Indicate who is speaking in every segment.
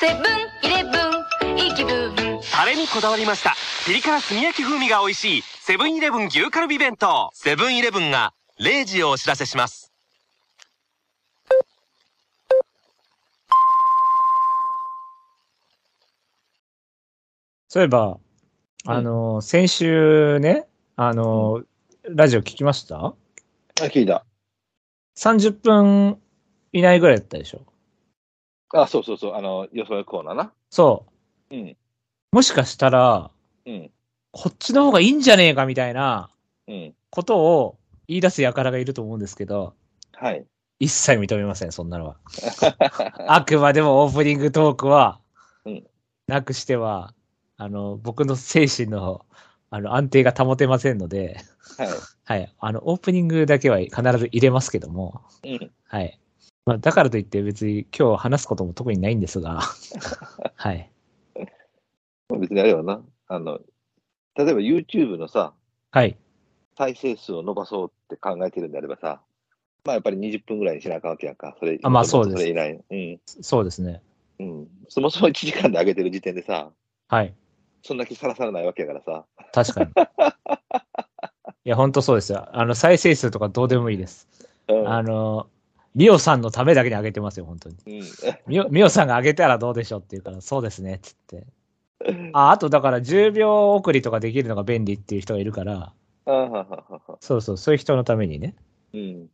Speaker 1: セブンイレブンいい気分
Speaker 2: タレにこだわりました。ピリ辛炭焼き風味が美味しい、セブンイレブン牛カルビ弁当。セブンイレブンが0時をお知らせします。
Speaker 3: そういえば、あの、先週ね、あの、ラジオ聞きました
Speaker 4: あ、聞いた。
Speaker 3: ?30 分以内ぐらいだったでしょ
Speaker 4: あ、そうそうそう。あの、予想コーナーな。
Speaker 3: そう。
Speaker 4: うん。
Speaker 3: もしかしたら、
Speaker 4: うん。
Speaker 3: こっちの方がいいんじゃねえかみたいな
Speaker 4: うん。
Speaker 3: ことを言い出す輩がいると思うんですけど、
Speaker 4: はい。
Speaker 3: 一切認めません、そんな のは。あくまでもオープニングトークは
Speaker 4: うん、
Speaker 3: なくしては、あの、僕の精神の、あの、安定が保てませんので、はい。あの、オープニングだけは必ず入れますけども、
Speaker 4: はい。うん。
Speaker 3: はい。まあ、だからといって別に今日話すことも特にないんです が、はい。
Speaker 4: まあ別にあれはな。あの、例えば YouTube のさ、
Speaker 3: はい。
Speaker 4: 再生数を伸ばそうって考えてるんであればさ、まあやっぱり20分ぐらいにしなあかんわけやんか。それ、
Speaker 3: あまあそうです
Speaker 4: それ以来。うん。
Speaker 3: そうですね。
Speaker 4: うん。そもそも1時間で上げてる時点でさ、
Speaker 3: はい。
Speaker 4: そんな気さらさらないわけやからさ。
Speaker 3: 確 かに。いや、本当そうですよ。あの、再生数とかどうでもいいです。
Speaker 4: うん。
Speaker 3: あの、ミオさんのためだけに上げてますよ、本当に。
Speaker 4: うん、
Speaker 3: ミオミオさんが上げたらどうでしょうっていうから、そうですね、つって。あ、あとだから10秒送りとかできるのが便利っていう人がいるから、
Speaker 4: あはははは。
Speaker 3: そうそう、そういう人のためにね。
Speaker 4: うん。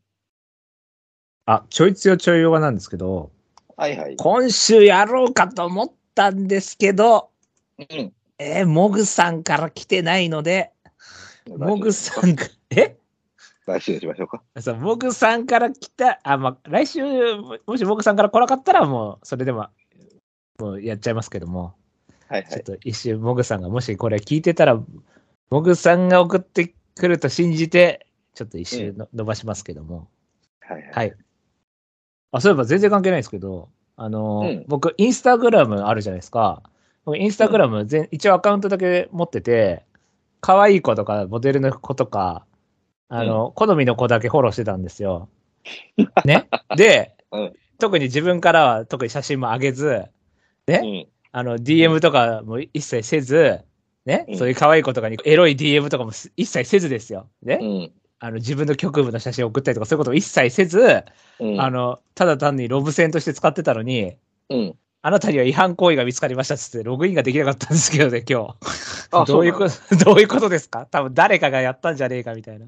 Speaker 3: あ、ちょい強ちょい弱なんですけど、
Speaker 4: はいはい。
Speaker 3: 今週やろうかと思ったんですけど、
Speaker 4: うん。
Speaker 3: えーモグさんから来てないので、モグさんが、え
Speaker 4: 来週にしましょうか。
Speaker 3: そう、モグさんから来た、あ、まあ、来週、ももしモグさんから来なかったら、もう、それでも、もうやっちゃいますけども、
Speaker 4: はいは
Speaker 3: ちょっ
Speaker 4: い。
Speaker 3: と一瞬、モグさんが、もしこれ聞いてたら、モグさんが送ってくると信じて、ちょっと一瞬の、伸ばしますけども。
Speaker 4: はいはい。
Speaker 3: はい。あ、そういえば全然関係ないですけど、あのー、
Speaker 4: うん
Speaker 3: 僕、インスタグラムあるじゃないですか。僕、インスタグラム全、一応アカウントだけ持ってて、可愛い子とか、モデルの子とか、あの、好みの子だけフォローしてたんです よ。ね。で、
Speaker 4: うん
Speaker 3: 特に自分からは特に写真も上げず、え
Speaker 4: うん。
Speaker 3: あの、DM とかも一切せず、ね、
Speaker 4: うん
Speaker 3: そういう可愛い子とかにエロい DM とかも一切せずですよ。ね、
Speaker 4: うん。
Speaker 3: あの、自分の局部の写真を送ったりとかそういうことを一切せず、
Speaker 4: うん。
Speaker 3: あの、ただ単にロブ線として使ってたのに、
Speaker 4: うん。
Speaker 3: あなたには違反行為が見つかりましたっつって、ログインができなかったんですけどね、今日。
Speaker 4: あ
Speaker 3: どういう
Speaker 4: そう
Speaker 3: こと、 どういうことですか多分誰かがやったんじゃねえかみたいな。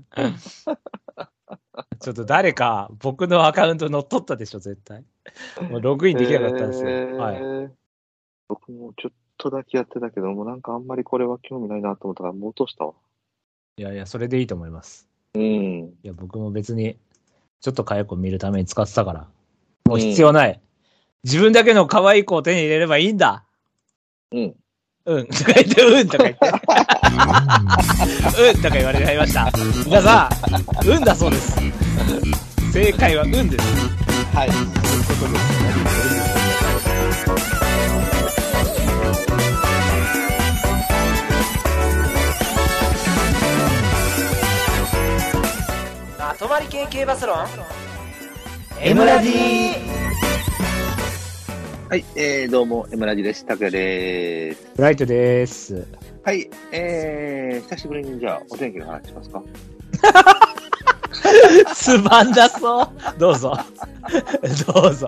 Speaker 3: ちょっと誰か、僕のアカウント乗っ取ったでしょ、絶対。もうログインできなかったんですよ。
Speaker 4: え
Speaker 3: はい。
Speaker 4: ー僕もちょっとだけやってたけど、もうなんかあんまりこれは興味ないなと思ったから、もう落としたわ。
Speaker 3: いやいや、それでいいと思います。
Speaker 4: うん。
Speaker 3: いや、僕も別に、ちょっとかやこ見るために使ってたから、もう必要ない。自分だけの可愛い子を手に入れればいいんだ。
Speaker 4: うん。
Speaker 3: うん、 とか言って、うんとか言って。うんとか言われちゃいました。皆さん、うんだそうです。正解はうんです。
Speaker 4: はい。
Speaker 5: まとまり系系バスロン
Speaker 4: エムラジはい、えー、どうも、エムラジです。タクヤです。
Speaker 3: ライトです。
Speaker 4: はい、えー、久しぶりにじゃあ、お天気の話しますか。
Speaker 3: つまんだそう。どうぞ。どうぞ。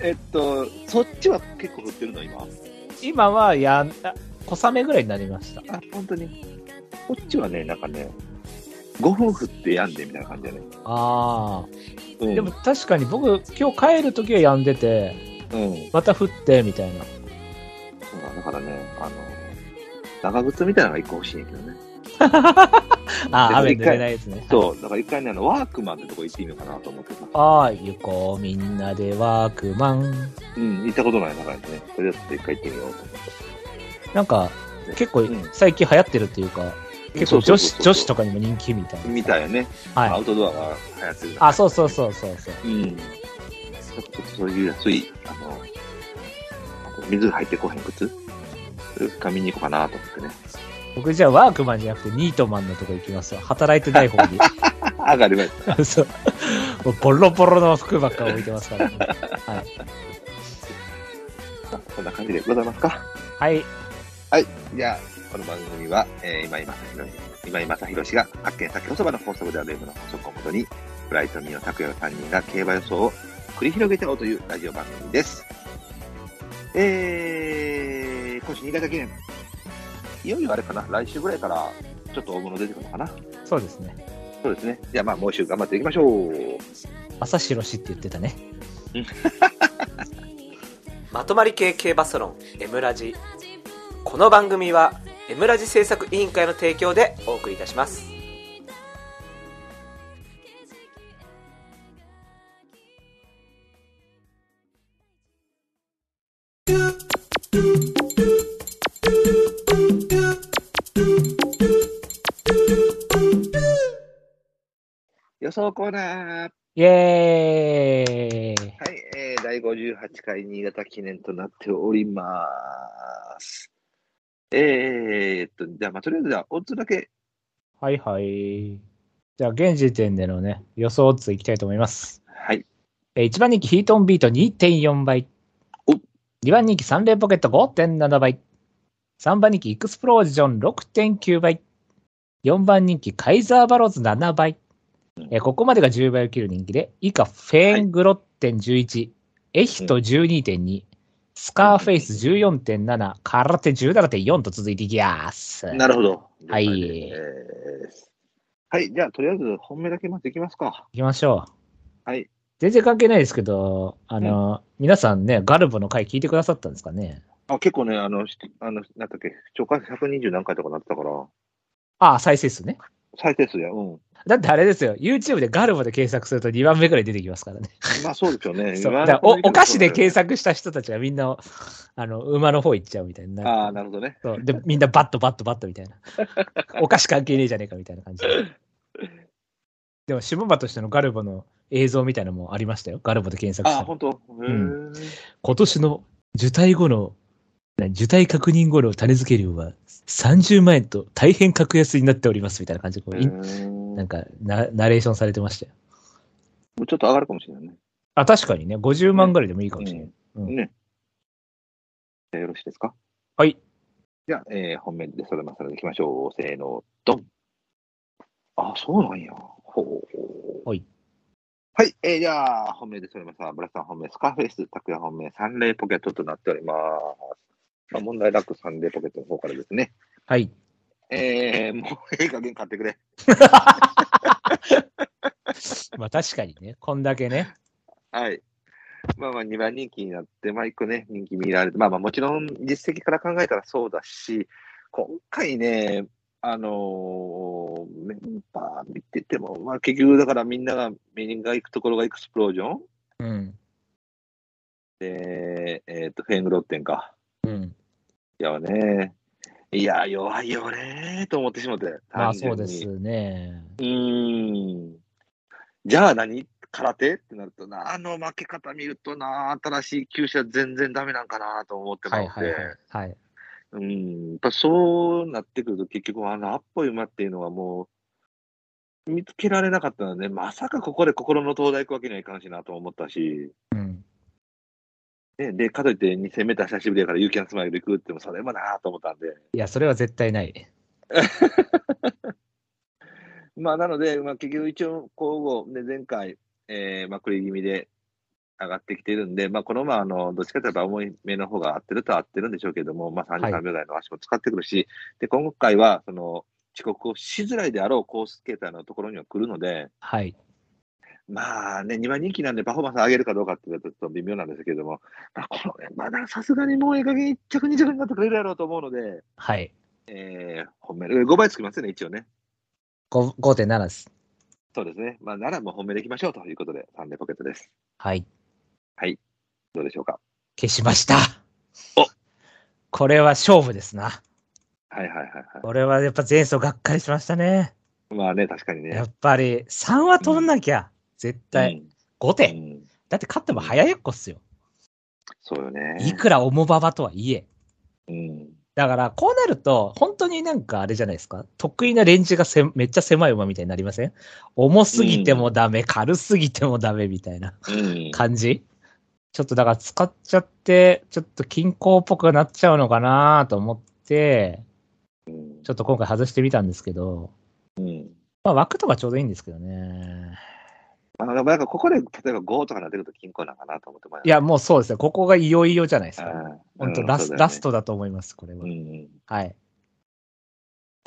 Speaker 4: えっと、そっちは結構降ってるの、今。
Speaker 3: 今はやん、あ小雨ぐらいになりました。
Speaker 4: あ、本当に。こっちはね、なんかね、5分降ってやんでみたいな感じだね。
Speaker 3: ああ。
Speaker 4: うん。
Speaker 3: でも確かに僕、今日帰るときはやんでて、
Speaker 4: うん。
Speaker 3: また降って、みたいな。
Speaker 4: そうだ、だからね、あの、長靴みたいなのが一個欲しいんやけどね。
Speaker 3: ああ、雨
Speaker 4: で
Speaker 3: 濡れないですね。
Speaker 4: そう、だから一回ね、あの、ワークマンってとこ行ってみようかなと思ってさ。
Speaker 3: ああ、行こう、みんなでワークマン。
Speaker 4: うん、行ったことない中でね、とりあえず一回行ってみようと思って。
Speaker 3: なんか、結構
Speaker 4: うん
Speaker 3: 最近流行ってるっていうか、結構
Speaker 4: そ
Speaker 3: 女子、
Speaker 4: うそうそうそう
Speaker 3: 女子とかにも人気みたいな。
Speaker 4: みたいよね。ア
Speaker 3: はい。
Speaker 4: ウトドアが流行ってる
Speaker 3: あ、そうそうそうそうそう。
Speaker 4: う。うん。ちょっとそういう安い、あの、水入ってこへん靴それか見に行こうかなと思ってね。
Speaker 3: 僕じゃあワークマ ンじゃなくてニートマンのとこ行きますよ。働いてない方に。
Speaker 4: 上がりました。
Speaker 3: そう。もうボロボロの服ばっか置いてますから、ね。はい。
Speaker 4: こんな感じでございますか。
Speaker 3: はい。
Speaker 4: はい。じゃあ、この番組は、えー、今井正宏今井正宏が発見先こそばの法則である M の法則をもとに、ブライトミーの拓也の3人が競馬予想を繰り広げちゃおうというラジオ番組です。えー、今週新潟県、いよいよあれかな、来週ぐらいからちょっと大物出てくるのかな。
Speaker 3: そうですね。
Speaker 4: そうですね。じゃあまあ、もう一週頑張っていきましょう。
Speaker 3: 朝白しって言ってたね。
Speaker 5: まとまり系系バスロン M ラジこの番組は M ラジ制作委員会の提供でお送りいたします
Speaker 4: 予想コーナー。
Speaker 3: イエーイ
Speaker 4: はい、えー、第58回新潟記念となっております。えーっと、じゃあ、まあ、とりあえず、じゃあ、オッズだけ、
Speaker 3: はいはい。じゃあ、現時点でのね、予想オッズいきたいと思います。
Speaker 4: はい、
Speaker 3: えー1番人気ヒートオンビート2.4倍
Speaker 4: お。
Speaker 3: 2番人気サンレーポケット5.7倍。3番人気エクスプロージョン6.9倍。4番人気カイザーバローズ7倍。えーここまでが10倍を切る人気で、以下フェーングロッテン11、エヒト12.2、スカーフェイス14.7、空手17.4と続いていきます。
Speaker 4: なるほど。
Speaker 3: はい
Speaker 4: 了解ですはい、じゃあ、とりあえず、本命だけまずいきますか。
Speaker 3: いきましょう。
Speaker 4: はい。
Speaker 3: 全然関係ないですけど、あの、皆さんね、ガルボの回聞いてくださったんですかね。
Speaker 4: あ結構ね、あの、しあのなんだっけ、超過120何回とかなってたから、
Speaker 3: ああ、再生数ね。
Speaker 4: 再生数や、うん。
Speaker 3: だってあれですよ、YouTube でガルボで検索すると2番目くらい出てきますから ね。
Speaker 4: まあ、そうですよ ね。
Speaker 3: そう
Speaker 4: 今
Speaker 3: だからおお菓子で検。索した人たちがみんな、あの馬の方行っちゃうみたいになる
Speaker 4: ああ、なるほどね。
Speaker 3: そうで、みんなバットバットバットみたい な。お菓子関係ねえじゃねえかみたいな感じで。でも、下馬としてのガルボの映像みたいなのもありましたよ。ガルボで検索
Speaker 4: あ
Speaker 3: し
Speaker 4: あ、
Speaker 3: たら。
Speaker 4: 本当。へ
Speaker 3: ん
Speaker 4: ー
Speaker 3: 今年の受胎後の、何受胎確認後の種付け料は30万円と大変格安になっておりますみたいな感じでこう、
Speaker 4: へ
Speaker 3: い
Speaker 4: ー
Speaker 3: なんかな、ナレーションされてましたよ。
Speaker 4: もうちょっと上がるかもしれないね。
Speaker 3: あ、確かにね、50万ぐらいでもいいかもしれない。
Speaker 4: うん
Speaker 3: うん
Speaker 4: ね。じゃあよろしいですか
Speaker 3: はい。
Speaker 4: じゃあ、えー本命でそれまされていきましょう。せーの、ドン。あ、そうなんや。ほうほう。
Speaker 3: はい。
Speaker 4: はい、えーじゃあ、本命でそれまさ、ブラさん本命、スカーフェイス、タクヤ本命、サンレイポケットとなっております。まあ、問題なくサンレイポケットの方からですね。
Speaker 3: はい。
Speaker 4: えー、もうええ加減買ってくれ。
Speaker 3: まあ確かにね、こんだけね。
Speaker 4: はい。まあまあ、2番人気になって、まあ一個ね、人気見られて、まあまあ、もちろん実績から考えたらそうだし、今回ね、あのーメンバー見てても、まあ結局だからみんなが、メンが行くところがエクスプロージョン
Speaker 3: うん。
Speaker 4: で、えっ、と、フェーングロッテンか。
Speaker 3: うん。
Speaker 4: いやね、いや、弱いよねーと思ってしまって。
Speaker 3: まあ
Speaker 4: 単純
Speaker 3: そう
Speaker 4: に
Speaker 3: ですね。
Speaker 4: うーん。じゃあ何空手ってなるとな、あの負け方見るとな、新しい旧車全然ダメなんかなと思ってま
Speaker 3: は
Speaker 4: っ
Speaker 3: い
Speaker 4: て、
Speaker 3: はいはい。はい。
Speaker 4: うん、やっぱそうなってくると結局あのアッポ馬っていうのはもう見つけられなかったので、まさかここで心の灯台行くわけにはいかんしなと思ったし、
Speaker 3: うん。
Speaker 4: ね、で、かといって2 0 0 0ー久しぶりだからユーキャンスマイル行くってもそれもなと思ったんで、
Speaker 3: いや、それは絶対ない。
Speaker 4: まあ、なので、まあ、結局一応、交互で前回、えー、まあ、繰り気味で上がってきてるんで、まあ、このまま、あの、どっちかといえば重い目の方が合ってるとは合ってるんでしょうけども、まあ、
Speaker 3: は
Speaker 4: 33
Speaker 3: い
Speaker 4: 秒台の足も使ってくるし、で、今回は、その、遅刻をしづらいであろうコースケーターのところには来るので、
Speaker 3: はい。
Speaker 4: まあね、2番人気なんでパフォーマンス上げるかどうかって言うとちょっと微妙なんですけども、まあ、このね、まださすがにもうええ加減1着2着になってくれるやろうと思うので、
Speaker 3: はい。
Speaker 4: えー、本命、5倍つきますね、一応ね。
Speaker 3: ご5.7です。
Speaker 4: そうですね。まあ、ならもう本命でいきましょうということで、サンデーポケットです。
Speaker 3: はい。
Speaker 4: どうでしょうか。
Speaker 3: 消しました。
Speaker 4: お
Speaker 3: これは勝負ですな。
Speaker 4: はいはいはいは
Speaker 3: これはやっぱ前走がっかりしましたね。
Speaker 4: い。まあね、確かにね。
Speaker 3: やっぱり3は取んなきゃ。絶対。5
Speaker 4: うん、
Speaker 3: 点。
Speaker 4: うん
Speaker 3: だって勝っても早いっこっすよ。
Speaker 4: そうよね。
Speaker 3: いくら重馬場とはいえ。
Speaker 4: うん。
Speaker 3: だから、こうなると、本当になんかあれじゃないですか。得意なレンジがせめっちゃ狭い馬みたいになりません重すぎてもダメ、軽すぎてもダメみたいな
Speaker 4: うん。
Speaker 3: 感じちょっとだから使っちゃって、ちょっと均衡っぽくなっちゃうのかなと思って、ちょっと今回外してみたんですけど、
Speaker 4: うん。
Speaker 3: まあ枠とかちょうどいいんですけどね。
Speaker 4: あでもなんかここで、例えば5とかなってくると均衡なのかなと思ってま
Speaker 3: いや、もうそうですね。ここがいよいよじゃないですか。
Speaker 4: 本
Speaker 3: 本当ラス、ラス。トだと思います、これ
Speaker 4: う
Speaker 3: は。
Speaker 4: んうんい
Speaker 3: はい。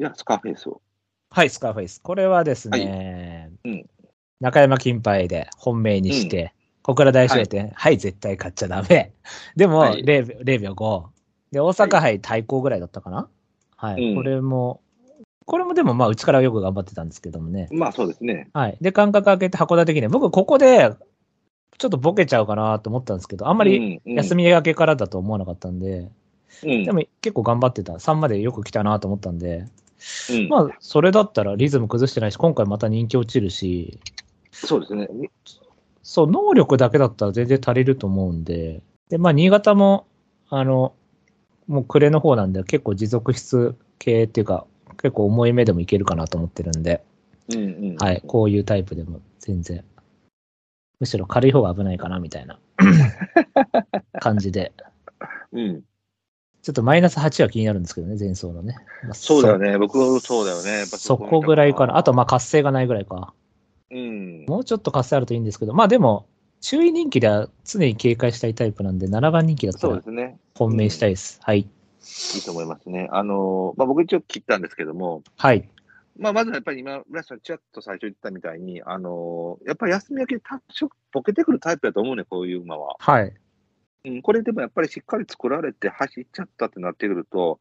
Speaker 4: や、スカーフェイスを。
Speaker 3: はい、スカーフェイス。これはですね、
Speaker 4: はいうん
Speaker 3: 中山金杯で本命にして、小倉大商店、はい、絶対買っちゃダメ。 でも、
Speaker 4: はい
Speaker 3: 0秒0秒5。で、大阪杯対抗ぐらいだったかなはい、
Speaker 4: うん
Speaker 3: これも、これもでもまあ、うちからよく頑張ってたんですけどもね。
Speaker 4: まあそうですね。
Speaker 3: はい。で、間隔空けて函館記念。僕、ここで、ちょっとボケちゃうかなと思ったんですけど、あん
Speaker 4: あ
Speaker 3: まり休
Speaker 4: み。
Speaker 3: み明けからだと思わなかったんで、
Speaker 4: うん
Speaker 3: でも結構頑張ってた。3までよく来たなと思ったんで、
Speaker 4: うん
Speaker 3: まあ、それだったらリズム崩してないし、今回また人気落ちるし、
Speaker 4: そうですね。
Speaker 3: そう、能力だけだったら全然足りると思うんで、で、まあ、新潟も、あの、もう暮れの方なんで、結構持続質系っていうか、結構重い目でもいけるかなと思ってるんで、
Speaker 4: うんうん。
Speaker 3: はい、こういうタイプでも全然、むしろ軽い方が危ないかなみたい な感じで、
Speaker 4: うん。
Speaker 3: ちょっとマイナス8は気になるんですけどね、前走のね。まあ
Speaker 4: そうだよね。僕もそうだよね。やっぱ
Speaker 3: そこぐらいかな。あと、まあ、活性がないぐらいか。
Speaker 4: うん。
Speaker 3: もうちょっと活性あるといいんですけど、まあでも、注意人気では常に警戒したいタイプなんで、7番人気だった
Speaker 4: そう
Speaker 3: ら
Speaker 4: ですね。
Speaker 3: 本命したいです。はい。
Speaker 4: いいと思いますね。あの、まあ僕一応切ったんですけども、
Speaker 3: はい。
Speaker 4: まあまずはやっぱり今、村瀬さんちらっと最初言ってたみたいに、あの、やっぱり休み明けでたちょボケてくるタイプだと思うね、こういう馬は。
Speaker 3: はい。
Speaker 4: うん、これでもやっぱりしっかり作られて走っちゃったってなってくると、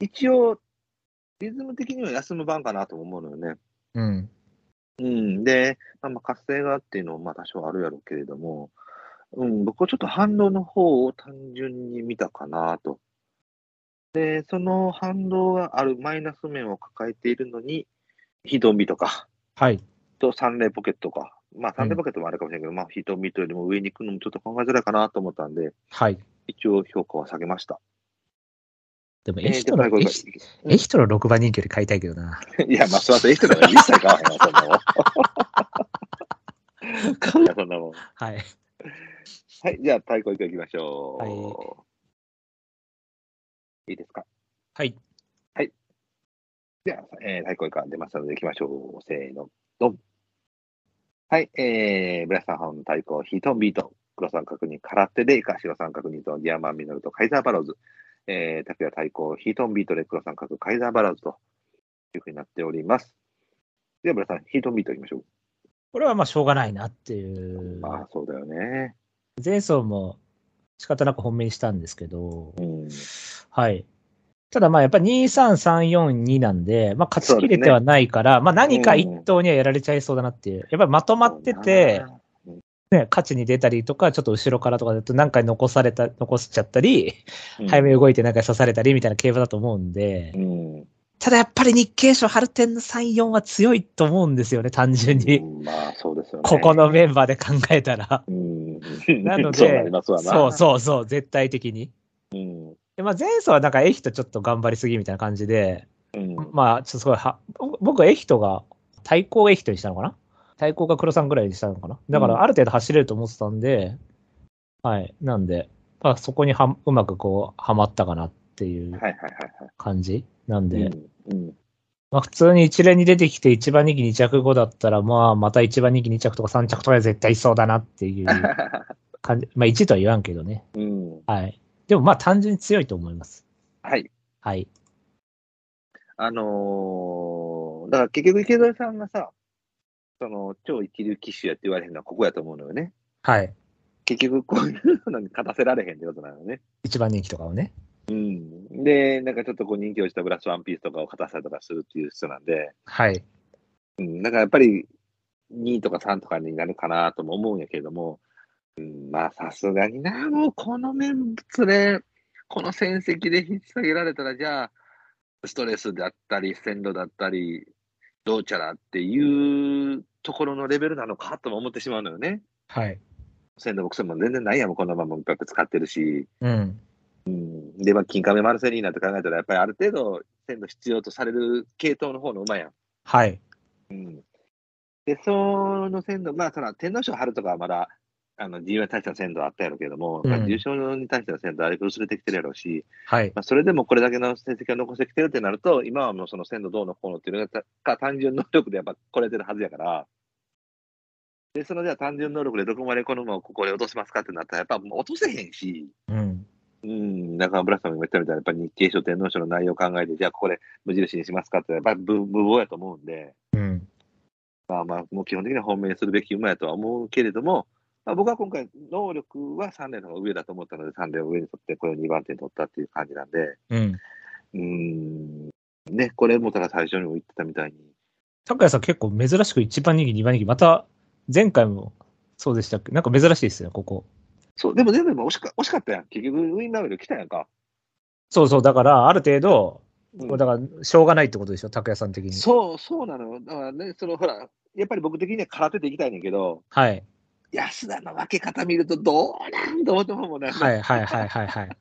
Speaker 4: 一応、リズム的には休む番かなとも思うのよね。
Speaker 3: うん。
Speaker 4: うん、で、まあ、まあ活性がっていうのもまあ多少あるやろうけれども、うん、僕はちょっと反動の方を単純に見たかなと。で、その反動があるマイナス面を抱えているのに、ひどみとか、
Speaker 3: はい。
Speaker 4: とサンレーポケットか、まあサンレーポケットもあるかもしれないけど、まあひどみとよりも上に行くのもちょっと考えづらいかなと思ったんで、
Speaker 3: はい。
Speaker 4: 一応評価は下げました。
Speaker 3: でも、エ
Speaker 4: えー
Speaker 3: ヒ
Speaker 4: じゃ
Speaker 3: ト
Speaker 4: あ
Speaker 3: ロ、
Speaker 4: 最後
Speaker 3: エヒエヒトロ6番人気より買いたいけどな。
Speaker 4: いや、まあ、そうだと、エヒトロが一切買わへんわ、そ んなもん。買うな、そんなもん。
Speaker 3: はい。
Speaker 4: はい、じゃあ、太鼓行きましょう。、
Speaker 3: はい
Speaker 4: いですか
Speaker 3: はい。
Speaker 4: じゃあ、えー、太鼓以下出ましたので行きましょう。せーの、ドン。はい、えー、ブラスさん本の太鼓、ヒートンビート、黒三角に空手でイカ、白三角にと、ディアマンミノルと、カイザーバローズ、えー、拓也太鼓、ヒートンビートで黒三角、カイザーバローズというふうになっております。では、ブラスさん、ヒートンビート行きましょう。
Speaker 3: これはまあ、しょうがないなっていう。
Speaker 4: まあ、そうだよね。
Speaker 3: 前走も仕方なく本命にしたんですけど、
Speaker 4: うん。
Speaker 3: はい。ただまあやっぱ23342なんで、まあ勝ち切れてはないから、まあ何か一頭にはやられちゃいそうだなっていう。やっぱりまとまってて、ね、勝ちに出たりとか、ちょっと後ろからとかだと何回残された、残しちゃったり、
Speaker 4: うん、
Speaker 3: 早めに動いて何回刺されたりみたいな競馬だと思うんで
Speaker 4: う、ん。
Speaker 3: ただやっぱり日経賞春天の3、4は強いと思うんですよね、単純
Speaker 4: う
Speaker 3: に。
Speaker 4: んまあ、そうですよね。
Speaker 3: ここのメンバーで考えたら。
Speaker 4: うん。
Speaker 3: なので、
Speaker 4: そうなりますわな。
Speaker 3: そうそうそう、絶対的に。
Speaker 4: うん。
Speaker 3: でまあ、前走はなんかエヒトちょっと頑張りすぎみたいな感じで、
Speaker 4: うん。
Speaker 3: まあ、ちょっとすごいは、僕はエヒトが、対抗エヒトにしたのかな対抗が黒さんぐらいにしたのかなだか
Speaker 4: う
Speaker 3: ら、
Speaker 4: ん
Speaker 3: ある程度走れると思ってたんで、はい。なんで、まあ、そこにはうまくこう、はまったかなってい
Speaker 4: はいうはい
Speaker 3: 感じなんで、
Speaker 4: はいはい。うん。うん
Speaker 3: まあ、普通に一連に出てきて、1番人気2着後だったら、まあ、また1番人気2着とか3着とかで絶対いそうだなって いう感じ。まあ、1とは言わんけどね。
Speaker 4: うん。
Speaker 3: はい。でも、まあ、単純に強いと思います。
Speaker 4: はい。
Speaker 3: はい。
Speaker 4: あのーだから結局池添さんがさ、その超一流騎手やって言われへんのはここやと思うのよね。
Speaker 3: はい。
Speaker 4: 結局こういうのに勝たせられへんってことなのね。
Speaker 3: 1番人気とかをね。
Speaker 4: うん。で、なんかちょっとこう人気落ちたブラスワンピースとかを勝たせたりとかするっていう人なんで、
Speaker 3: はい。
Speaker 4: うん、だからやっぱり2とか3とかになるかなとも思うんやけれども、うん、まあさすがにな、もうこの面つれ、この戦績で引き下げられたら、じゃあ、ストレスだったり、線路だったり、どうちゃらっていうところのレベルなのかとも思ってしまうのよね。
Speaker 3: はい。
Speaker 4: 線路ボクスも全然ないやんもん、このままもう一泊使ってるし、
Speaker 3: うん。
Speaker 4: うん、で、まあ、金亀マルセリーナって考えたら、やっぱりある程度、線路必要とされる系統の方の馬やん。
Speaker 3: はい。
Speaker 4: うん、で、その線路、まあ、その天皇賞春とかはまだ、あの G1 に対しての鮮度はあったやろうけども、
Speaker 3: うん
Speaker 4: まあ優勝に対しての鮮度はあれく薄れてきてるやろうし、
Speaker 3: はい。
Speaker 4: まあ、それでもこれだけの成績を残してきてるってなると、今はもうその鮮度どうのこうのっていうのがた単純能力でやっぱこれてるはずやから、で、そのじゃあ単純能力でどこまでこの馬をここで落としますかってなったら、やっぱもう落とせへんし、
Speaker 3: うん。
Speaker 4: うん、中村ブラスさんも言ったみたいに、やっぱり日経賞、天皇賞の内容を考えて、じゃあここで無印にしますかって、やっぱり無無謀やと思うんで、
Speaker 3: うん。
Speaker 4: まあまあ、もう基本的には本命にするべき馬やとは思うけれども、まあ、僕は今回、能力は3連の方が上だと思ったので、3連を上に取って、これを2番手に取ったっていう感じなんで、
Speaker 3: うん。
Speaker 4: うん、ね、これもただから最初にも言ってたみたいに、
Speaker 3: 拓也さん結構珍しく1番人気、2番人気、また前回もそうでしたっけなんか珍しいですよ、ここ。
Speaker 4: そう、でも全部今惜しか惜しかったやん、結局、ウィンナーベル来たやんか。
Speaker 3: そうそう、だからある程度、
Speaker 4: うん
Speaker 3: これだからしょうがないってことでしょ、拓也さん的に。
Speaker 4: そう、そうなのよ。だからね、そのほら、やっぱり僕的には空手でいきたいねんけど、
Speaker 3: はい。
Speaker 4: 安田の分け方見るとどうなんと思ってもね、
Speaker 3: はいはいはいはいはい。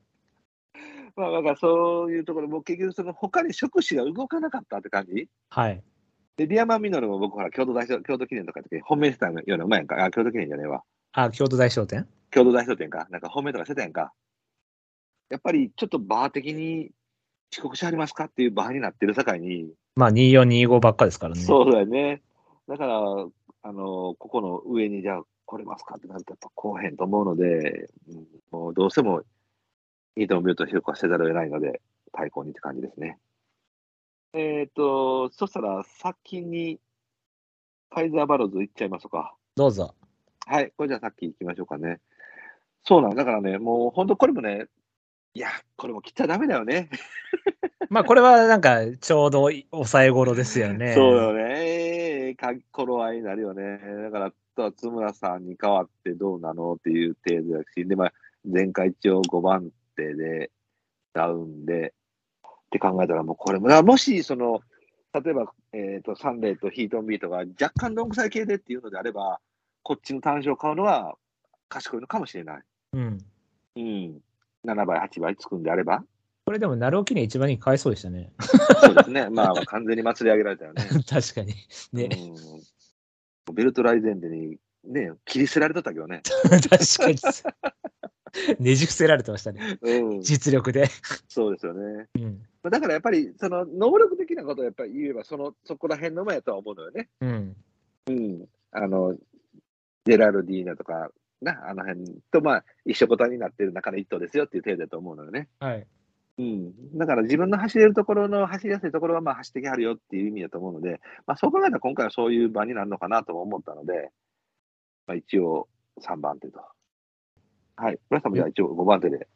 Speaker 4: まあ、だからそういうところ、もう結局、その他に職種が動かなかったって感じ。
Speaker 3: はい。
Speaker 4: で、リアマンミノルも僕、ほら、京都大賞、京都記念とかの時、本命してたような馬やんか。あ、京都記念じゃねえわ。
Speaker 3: あ、京都大商店
Speaker 4: 京都大賞店か。なんか本命とかしてたやんか。やっぱり、ちょっとバー的に遅刻しはりますかっていうバーになってる境に、
Speaker 3: まあ2425ばっかですからね。
Speaker 4: そうだよね。だから、あの、ここの上に、じゃあ、来れますかってなると、やっぱ来おへんと思うので、うんもうどうしても、いいと思うと評価せざるを得ないので、対抗にって感じですね。えっ、と、そしたら、先に、カイザーバローズ行っちゃいましょうか。
Speaker 3: どうぞ。
Speaker 4: はい、これじゃあさっき行きましょうかね。そうなんだからね、もう本当これもね、いや、これも切っちゃダメだよね。
Speaker 3: まあこれはなんかちょうどい抑え頃ですよね。
Speaker 4: そうよね。か頃合いになるよね。だから、あとは津村さんに代わってどうなのっていう程度だし、で、まあ、前回一応5番手で、ダウンで、って考えたら、もうこれも、だからもし、その、例えば、えっ、と、サンデーとヒートンビートが若干どんくさい系でっていうのであれば、こっちの単勝を買うのは賢いのかもしれない。
Speaker 3: うん。
Speaker 4: うん。7倍、8倍つくんであれば。
Speaker 3: これでも、なるおきに一番人気買いそうでしたね。
Speaker 4: そうですね。 まあ、完全に祭り上げられたよね。
Speaker 3: 確かに。ね。
Speaker 4: うん、ベルトライゼンデに、ね、切り捨てられとったけどね。
Speaker 3: 確かに。ねじ伏せられてましたね。
Speaker 4: うん、
Speaker 3: 実力で。
Speaker 4: そうですよね。
Speaker 3: うん。
Speaker 4: まあだからやっぱり、その能力的なことをやっぱり言えば、そのそこら辺の前やとは思うのよね。
Speaker 3: うん。
Speaker 4: あの、ジェラルディーナとか、な、あの辺と、まあ、一緒ごたになってる中の一頭ですよっていう程度だと思うのよね。
Speaker 3: はい。
Speaker 4: うん。だから自分の走れるところの、走りやすいところは、まあ、走ってきはるよっていう意味だと思うので、まあ、そう考えたら今回はそういう場になるのかなとも思ったので、まあ、一応3番手と。はい。村さんもじゃあ一応5番手で。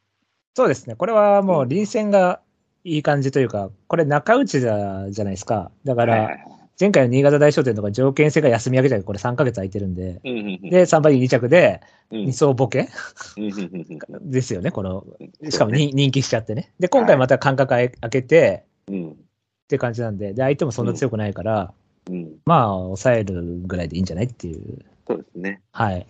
Speaker 3: そうですね。これはもう臨戦がいい感じというか、これ中打ちだじゃないですか。だか
Speaker 4: はいはい
Speaker 3: ら、
Speaker 4: はい
Speaker 3: 前回の新潟大商店とか条件性が休み明けじゃなくてこれ3ヶ月空いてるんで。
Speaker 4: うんうんうん
Speaker 3: で、3倍2着で、
Speaker 4: うん
Speaker 3: 2層ボケ、
Speaker 4: うんうんうんう
Speaker 3: ですよね、この、
Speaker 4: ん
Speaker 3: しかもに、人気しちゃってね。で、今回また間隔あえ開けて、
Speaker 4: うん
Speaker 3: って感じなんで、で、相手もそんな強くないから、
Speaker 4: うん。
Speaker 3: まあ、抑えるぐらいでいいんじゃないっていう。
Speaker 4: そうですね。
Speaker 3: はい。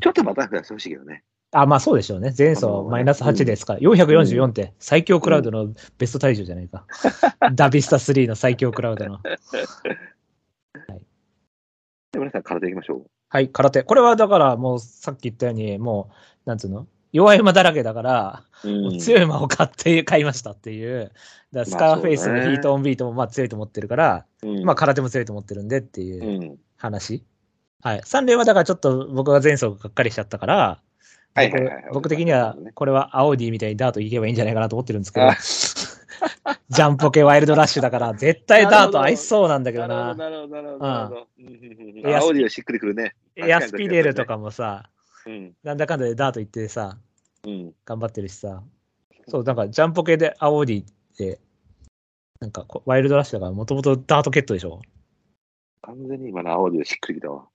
Speaker 4: ちょっとまた増やしてほしいけどね。
Speaker 3: あ、まあそうでしょうね。前走マイナス8ですから、444って最強クラウドのベスト体重じゃないか。 ダビスタ3の最強クラウドの。
Speaker 4: で、村さん、空手いきましょう。
Speaker 3: はい、空手。これはだからもうさっき言ったように、もう、なんつうの弱い馬だらけだから、もう強い馬を買って、買いましたっていう。だからスカーフェイス
Speaker 4: まあ
Speaker 3: も
Speaker 4: そうね
Speaker 3: ヒートオンビートもまあ強いと思ってるから、
Speaker 4: うん
Speaker 3: まあ空手も強いと思ってるんでって
Speaker 4: う。
Speaker 3: いうん話。はい。三連はだからちょっと僕が前走がっかりしちゃったから、
Speaker 4: はいはいはいはい
Speaker 3: 僕僕的にはこれはアオディみたいにダート行けばいいんじゃないかなと思ってるんですけど、 ジャンポケワイルドラッシュだから絶対ダート合いそうなんだけど
Speaker 4: なるほど、
Speaker 3: な。
Speaker 4: なるほど、なるほどなるほど。うんうんうん
Speaker 3: エ
Speaker 4: あ
Speaker 3: アス
Speaker 4: オーディオしっくりくるね。
Speaker 3: エアスピデルとかもさ、
Speaker 4: うん。
Speaker 3: なんだかんだでダート行ってさ、
Speaker 4: うん。
Speaker 3: 頑張ってるしさ。そう、なんかジャンポケでアオディって、なんかこワイルドラッシュだからもともとダートケットでしょ
Speaker 4: 完全に今の青でしっくりきたわ。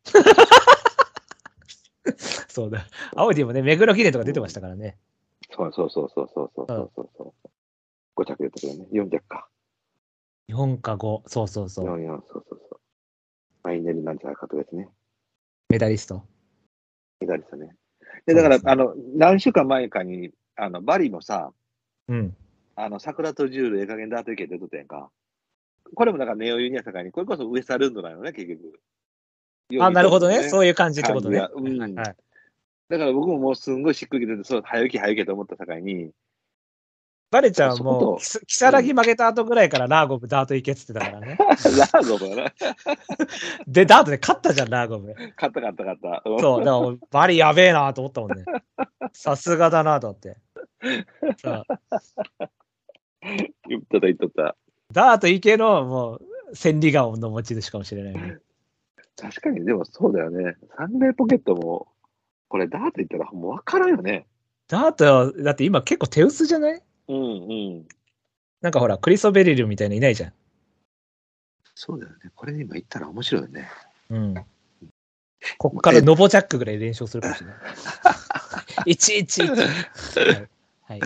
Speaker 3: そうだ。アオディもね、目黒記念とか出てましたからね。
Speaker 4: そうそうそうそうそうそうそうそうそう。五着言ったけどね、四着か。
Speaker 3: 4か5、そうそうそう。
Speaker 4: 四四そうそうそう。マイネルなんちゃらかとですね。
Speaker 3: メダリスト。
Speaker 4: 左ですね。でだから
Speaker 3: そうですね
Speaker 4: あの何週間前かにあのバリもさ、
Speaker 3: うん。
Speaker 4: あの、桜とジュール、ええ加減だというけ出とったやんか。これもなんかネオユニア境に、これこそウエスタルンドなのね、結局。
Speaker 3: あ、なるほどね。そうういう感じってことね。
Speaker 4: 感じがうん
Speaker 3: はい。
Speaker 4: だから僕ももうすんごいしっくりきてて、そう、早起き早起きと思った境に、
Speaker 3: バレちゃん
Speaker 4: そこ
Speaker 3: も
Speaker 4: と
Speaker 3: う、キサラギ負けた後ぐらいからラーゴブダートいけっつってたから ね。
Speaker 4: ラーゴもな、
Speaker 3: で、ダートで勝ったじゃん、ラーゴブ。
Speaker 4: 勝った勝った勝った。うん
Speaker 3: そう、だから俺バリやべえなと思ったもんね。さすがだなと思って。そう
Speaker 4: 言っとった言っとった。
Speaker 3: ダートいけの、もう、千里眼の持ち主かもしれないね、
Speaker 4: 確かに、でもそうだよね。サンデーポケットも、これダート言ったらもう分からんよね。
Speaker 3: ダート、だって今結構手薄じゃない
Speaker 4: うんうん。
Speaker 3: なんかほら、クリソベリルみたいないないじゃん。
Speaker 4: そうだよね。これ今言ったら面白いよね。
Speaker 3: うん。こっからノボジャックぐらい連勝するかも しれない。いちいちいち。はいはい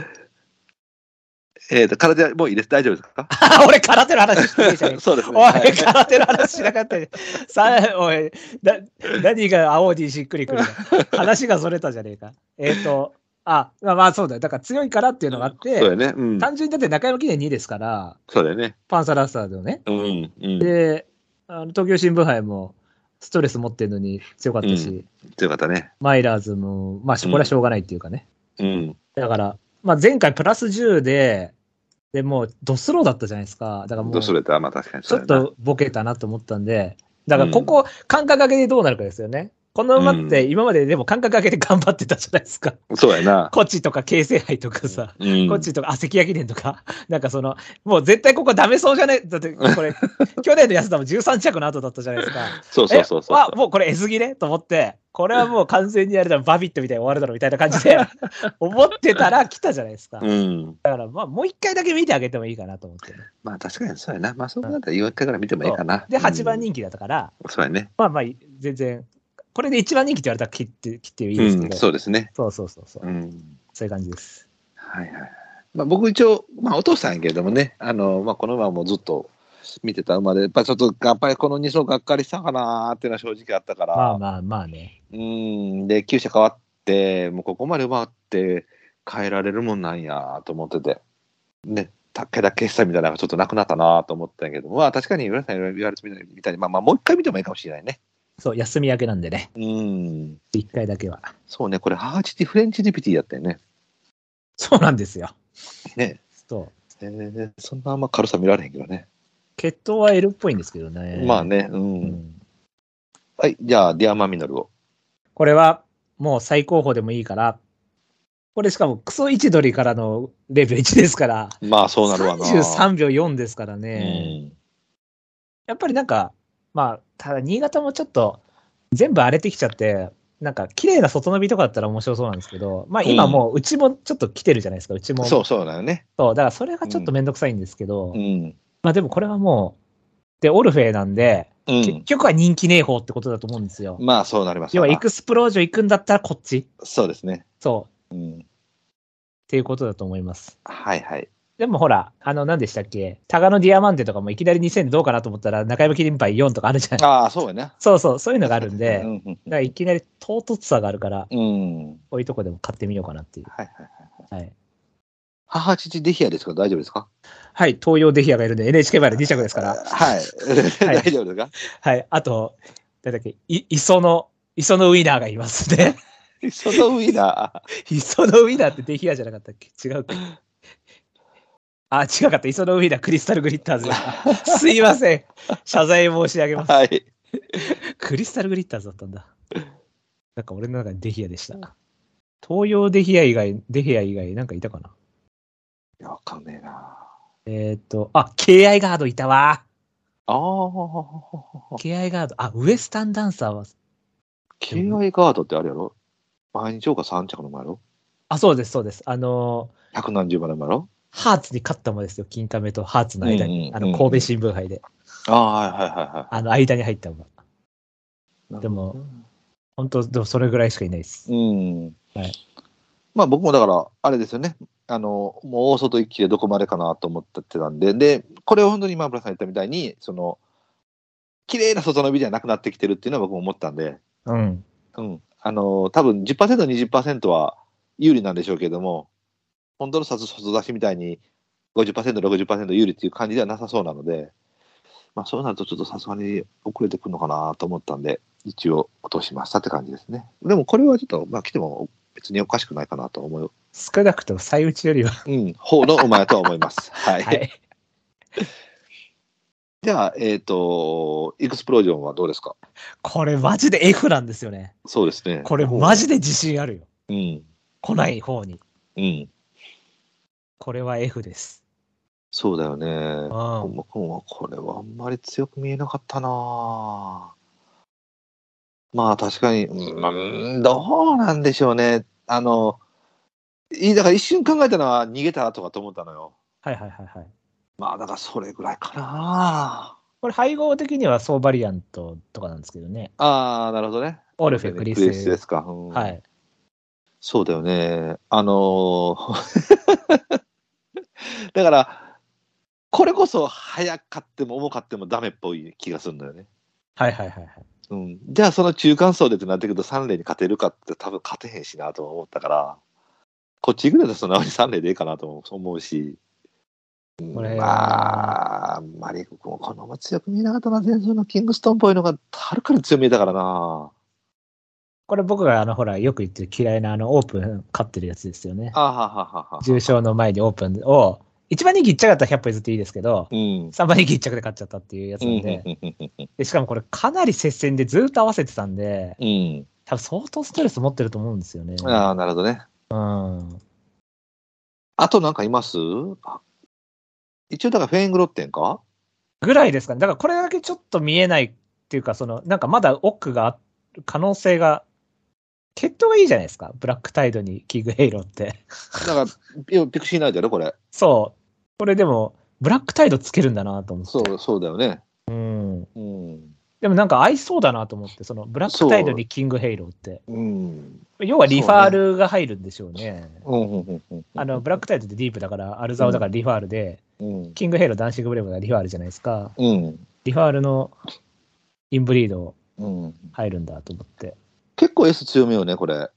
Speaker 4: えっ、と、体もういいです。大丈夫ですか
Speaker 3: あ、 俺空手の話してるじゃん。
Speaker 4: そうですね。
Speaker 3: お
Speaker 4: はい
Speaker 3: い、空手の話しなかったじゃん。さ、おい、だ、何が青にしっくり くるの話がそれたじゃねえか。えっ、と、あ、まあまあそうだよ。だから強いからっていうのがあって、
Speaker 4: そうだよね。うん。
Speaker 3: 単純にだって中山記念2ですから、
Speaker 4: そうだよね。
Speaker 3: パンサーラスターズのね。
Speaker 4: うん。うん。
Speaker 3: で、あの東京新聞杯もストレス持ってるのに強かったし、
Speaker 4: う強かったね。
Speaker 3: マイラーズも、まあ、これはしょうがないっていうかね。
Speaker 4: うん。
Speaker 3: だから、まあ前回プラス10で、でもうドスローだったじゃないですか。だからも
Speaker 4: ど
Speaker 3: う
Speaker 4: う、するとまあ確かに
Speaker 3: ち
Speaker 4: そう
Speaker 3: ょっ
Speaker 4: だよな。
Speaker 3: とボケたなと思ったんで、だからここ、感覚上げでどうなるかですよね。この馬って今まででも感覚上げで頑張ってたじゃないですか。
Speaker 4: そうやな。
Speaker 3: コチとか京成杯とかさ、
Speaker 4: うん。
Speaker 3: コチとか、あ、関谷記念とか、 なんかその、もう絶対ここダメそうじゃねだってこ れ、去年の安田も13着の後だったじゃないですか。
Speaker 4: そうそうそうそう
Speaker 3: えあ、。もうこれ S 切れと思って、これはもう完全にやれたらバビットみたいに終わるだろうみたいな感じ で思ってたら来たじゃないですか。
Speaker 4: うん。
Speaker 3: だからまあもう一回だけ見てあげてもいいかなと思ってね。
Speaker 4: まあ確かにそうやな。まあそこだったら4回から見てもいいかな。
Speaker 3: で、
Speaker 4: うん
Speaker 3: 8番人気だったから、
Speaker 4: そうやね。
Speaker 3: まあまあ、全然、これで一番人気って言われたら切って、切っていいですけ
Speaker 4: うん。
Speaker 3: ど。
Speaker 4: そうですね。
Speaker 3: そうそうそうそう、
Speaker 4: うん。
Speaker 3: そういう感じです。
Speaker 4: はいはい。まあ僕一応、まあお父さんやけれどもね、あの、まあこの馬もずっと見てた馬で、やっぱりちょっと、やっぱりこの2層がっかりしたかなーっていうのは正直あったから。
Speaker 3: まあまあまあね。
Speaker 4: うん、で、旧車変わって、もうここまで馬って変えられるもんなんやと思ってて、ね、武田決済みたいなのがちょっとなくなったなと思ったんやけど、まあ確かに浦井さん言われてみたいに、まあまあもう一回見てもいいかもしれないね。
Speaker 3: そう、休み明けなんでね。
Speaker 4: うん。
Speaker 3: 一回だけは。
Speaker 4: そうね、これ、ハーチティフレンチディピティだったよね。
Speaker 3: そうなんですよ。
Speaker 4: ね。
Speaker 3: そう。
Speaker 4: えーそんなあんま軽さ見られへんけどね。
Speaker 3: 血統は L っぽいんですけどね。
Speaker 4: まあね、うん。
Speaker 3: うん
Speaker 4: はい、じゃあ、ディアマミノルを。
Speaker 3: これはもう最高峰でもいいから、これしかもクソ位置取りからのレベル1ですから、
Speaker 4: まあそうなるわな。
Speaker 3: 33秒4ですから
Speaker 4: う
Speaker 3: ね。
Speaker 4: ん。
Speaker 3: やっぱりなんか、まあ、ただ新潟もちょっと全部荒れてきちゃって、なんか綺麗な外伸びとかだったら面白そうなんですけど、まあ今もううちもちょっと来てるじゃないですか、うちも。
Speaker 4: そうそうだよね。
Speaker 3: そうだからそれがちょっとめんどくさいんですけど、
Speaker 4: うん。
Speaker 3: まあでもこれはもう、で、オルフェなんで、
Speaker 4: う
Speaker 3: 結
Speaker 4: ん。
Speaker 3: 局は人気ねえ方ってことだと思うんですよ。
Speaker 4: まあそうなります
Speaker 3: 要
Speaker 4: わ
Speaker 3: は
Speaker 4: な
Speaker 3: エクスプロージョ行くんだったらこっち。
Speaker 4: そうですね。
Speaker 3: そう。
Speaker 4: うん。
Speaker 3: っていうことだと思います。
Speaker 4: はいはい。
Speaker 3: でもほら、あの、何でしたっけタガのディアマンテとかもいきなり2000でどうかなと思ったら、中山キリンパイ4とかあるじゃない
Speaker 4: ああ、そうやな。
Speaker 3: そうそう、そういうのがあるん で、
Speaker 4: う
Speaker 3: だか
Speaker 4: んうん
Speaker 3: らいきなり唐突さがあるから、
Speaker 4: うん。
Speaker 3: こういうとこでも買ってみようかなっていう。
Speaker 4: はいは
Speaker 3: は
Speaker 4: い。
Speaker 3: い。
Speaker 4: 母父デヒアですか大丈夫ですか
Speaker 3: はい、東洋デヒアがいるんで、NHK バレ2着ですから。
Speaker 4: はい。
Speaker 3: い
Speaker 4: 大丈夫ですか
Speaker 3: はい、あと、誰だっけ、い、磯の、磯のウィナーがいます ね。
Speaker 4: そのウィナー。
Speaker 3: 磯のウィナーってデヒアじゃなかったっけ違うか。あ、違かった。磯のウィナー、クリスタルグリッターズ。 すいません。謝罪申し上げます。
Speaker 4: はい。
Speaker 3: クリスタルグリッターズだったんだ。なんか俺の中にデヒアでした。東洋デヒア以外、デヒア以外なんかいたかな
Speaker 4: わかんねえな。あ
Speaker 3: えーっ、と、あ、KI ガードいたわ。
Speaker 4: あ。
Speaker 3: KI ガード。あ、ウエスタンダンサーは、
Speaker 4: KI ガードってあれやろ毎日ョー3着の馬やろ
Speaker 3: あ、そうです、そうです。あのー、
Speaker 4: 百何十番の馬やろ
Speaker 3: ハーツに勝ったもんですよ。金亀とハーツの間に。
Speaker 4: うん
Speaker 3: あ
Speaker 4: うんうんうん
Speaker 3: の、神戸新聞杯で。
Speaker 4: ああ、はいはいは
Speaker 3: あの、間に入ったも
Speaker 4: いはい。
Speaker 3: でも、本当でもそれぐらいしかいないです。
Speaker 4: うん。
Speaker 3: はい
Speaker 4: まあ僕もだから、あれですよね。あの、もう大外一気でどこまでかなと思ってたんで、で、これを本当に今村さん言ったみたいに、その、綺麗な外伸びじゃなくなってきてるっていうのは僕も思ったんで、
Speaker 3: うん。
Speaker 4: うん。あの、多分10%、20%は有利なんでしょうけども、本当の外外出しみたいに50%、60%有利っていう感じではなさそうなので、まあ、そうなるとちょっとさすがに遅れてくるのかなと思ったんで、一応落としましたって感じですね。でもこれはちょっと、まあ、来ても別におかしくないかなと思う、
Speaker 3: 少なくとも最打ちよりは。
Speaker 4: うん、方の馬やとは思い ます。はい。
Speaker 3: はい。
Speaker 4: じゃあ、えっ、と、エクスプロージョンはどうですか
Speaker 3: これマジで F なんですよね。
Speaker 4: そうですね。
Speaker 3: これマジで自信あるよ。
Speaker 4: うん、
Speaker 3: 来ない方に。
Speaker 4: うん。
Speaker 3: これは F です。
Speaker 4: そうだよね
Speaker 3: う。ん。
Speaker 4: 僕もこれはあんまり強く見えなかったなぁまあ確かに、うんまあうん、どうなんでしょうね。あの、いだから一瞬考えたのは逃げたとかと思ったのよ。
Speaker 3: はいはいはいはい。
Speaker 4: まあだからそれぐらいかな
Speaker 3: これ配合的にはソーバリアントとかなんですけどね。
Speaker 4: ぁああ、なるほどね。
Speaker 3: オルフェ、クリス。
Speaker 4: ですか。うん
Speaker 3: はい。
Speaker 4: そうだよね。あの ーだから、これこそ早かっても重かってもダメっぽい気がするんだよね。
Speaker 3: はいはいはいはい。
Speaker 4: うん、じゃあその中間層でってなってくると3例に勝てるかって多分勝てへんしなとも思ったからこっちぐらいだとそのまに3例でいいかなとも思うし、うん
Speaker 3: これ
Speaker 4: まああんまりこのまま強く見えなかったな前走のキングストーンっぽいのがはるかに強く見えたからな
Speaker 3: これ僕があのほらよく言ってる嫌いなあのオープン勝ってるやつですよね。
Speaker 4: あはははは
Speaker 3: 重賞の前にオープンを、一番人気1着だったら100歩譲っていいですけど、
Speaker 4: うん
Speaker 3: 3番人気1着で勝っちゃったっていうやつ
Speaker 4: う
Speaker 3: なん
Speaker 4: ん
Speaker 3: で、
Speaker 4: うん
Speaker 3: でしかもこれかなり接戦でずっと合わせてたんで、
Speaker 4: うん
Speaker 3: 多分相当ストレス持ってると思うんですよね。
Speaker 4: うんああなるほどね
Speaker 3: うん。
Speaker 4: あとなんかいますあ一応だからフェーングロッテンか
Speaker 3: ぐらいですかね。だからこれだけちょっと見えないっていうか、その、なんかまだ奥がある可能性が、決闘がいいじゃないですか。ブラックタイドにキングヘイローって。
Speaker 4: だからピピクシーナイトやろこれ
Speaker 3: そう。これでも、ブラックタイドつけるんだなと思って。
Speaker 4: そうそうだよね
Speaker 3: うん。
Speaker 4: うん
Speaker 3: でもなんか合いそうだなと思って、その、ブラックタイドにキングヘイローって。
Speaker 4: うん
Speaker 3: 要はリファールが入るんでしょうね。
Speaker 4: うんうんうんうん
Speaker 3: あの、ブラックタイドってディープだから、アルザオだからリファールで、
Speaker 4: うん
Speaker 3: キングヘイロー、ダンシングブレイブがリファールじゃないですか。
Speaker 4: うん
Speaker 3: リファールのインブリード
Speaker 4: うん
Speaker 3: 入るんだと思って。
Speaker 4: 結構 S 強めよね、これ。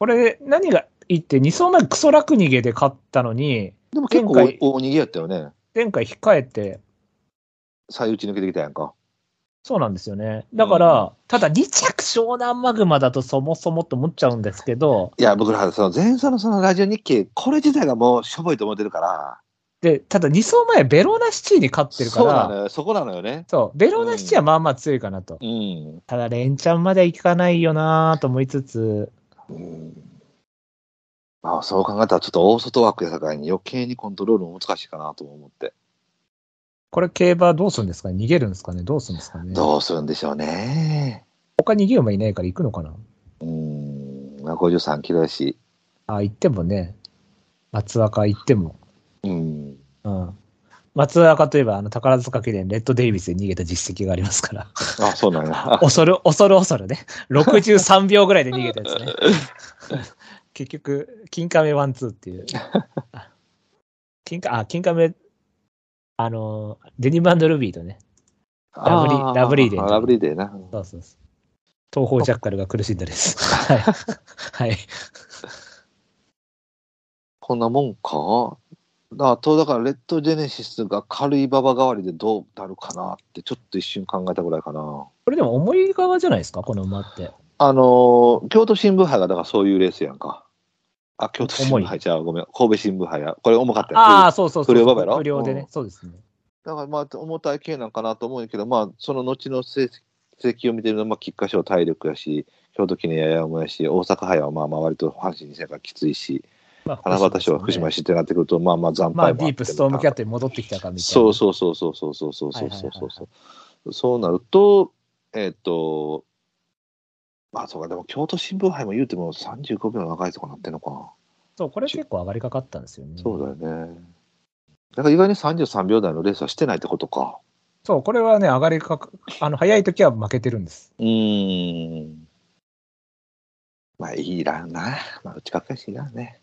Speaker 3: これ、何がいいって、2走前クソ楽逃げで勝ったのに、
Speaker 4: でも結構
Speaker 3: 前回
Speaker 4: 大大逃げやったよね。
Speaker 3: 前回控えて、
Speaker 4: 最打ち抜けてきたやんか。
Speaker 3: そうなんですよね。だから、ただ2着湘南マグマだとそもそもと思っちゃうんですけど、
Speaker 4: いや、僕ら、その前座のそのラジオ日記、これ自体がもうしょぼいと思ってるから。
Speaker 3: で、ただ2走前ベローナシチーに勝ってるか
Speaker 4: そうなの
Speaker 3: ら、
Speaker 4: よ、そこなのよね。
Speaker 3: そう、ベローナシチーはまあまあ強いかなと。
Speaker 4: うん。
Speaker 3: ただ、連チャンまでいかないよなと思いつつ、
Speaker 4: うんまあ、そう考えたら、ちょっと大外枠やさかいに余計にコントロールも難しいかなとも思って。
Speaker 3: これ競馬どうするんですかね逃げるんですかねどうするんですかね
Speaker 4: どうするんでしょうね。
Speaker 3: 他逃げ馬いないから行くのかな
Speaker 4: うん。まあ、53キロやし。
Speaker 3: あ、行ってもね、松若行っても。
Speaker 4: うん。
Speaker 3: うん。松若といえば、あの、宝塚記念、レッドデイビスで逃げた実績がありますから。
Speaker 4: あ、そうなんや。
Speaker 3: 恐る、恐る恐るね。63秒ぐらいで逃げたやつ ね。結局、金亀ワンツーっていう。あ金亀、あ、金亀、あの、デニムルビーとね。ラブリー
Speaker 4: あ
Speaker 3: ラブリーデー
Speaker 4: ラブリーデーな。
Speaker 3: そうそうそう。東方ジャッカルが苦しんだです。はい。はい。
Speaker 4: こんなもんかだとだからレッドジェネシスが軽い馬場代わりでどうなるかなってちょっと一瞬考えたぐらいかな
Speaker 3: これでも重い側じゃないですか、この馬って。
Speaker 4: あのー京都新聞杯がだからそういうレースやんかあ京都新聞杯じゃあごめん神戸新聞杯やこれ重かった
Speaker 3: あ
Speaker 4: や
Speaker 3: あ、
Speaker 4: つ
Speaker 3: そうそうそう。
Speaker 4: 不良馬場やろ
Speaker 3: 不良でね、
Speaker 4: うん
Speaker 3: そうですね。
Speaker 4: だからまあ重たい系なんかなと思うんやけどまあその後の成績を見てるのはまあ菊花賞体力やし京都記念ややもやし大阪杯はまあまあ割と阪神にせがきついし
Speaker 3: まあ、
Speaker 4: 花
Speaker 3: 福島
Speaker 4: 畑
Speaker 3: ですね
Speaker 4: 賞は福島やしってなってくるとまあまあ惨敗も
Speaker 3: ま
Speaker 4: あ
Speaker 3: あ、
Speaker 4: って
Speaker 3: ディープ、ストームキャットに戻ってきたかみたいな。
Speaker 4: そうそうそうそうそうそうそうそうそうそうそう。そうなると、えっ、と、まあそうか、でも京都新聞杯も言うても35秒の長いとかなってんのかな。
Speaker 3: そう、これ結構上がりかかったんですよね。
Speaker 4: そうだよね。だから意外に33秒台のレースはしてないってことか。
Speaker 3: そう、これはね、上がりかか、あの、早い時は負けてるんです。
Speaker 4: うーん。まあいいランな。まあ打ちかけやしいらんね。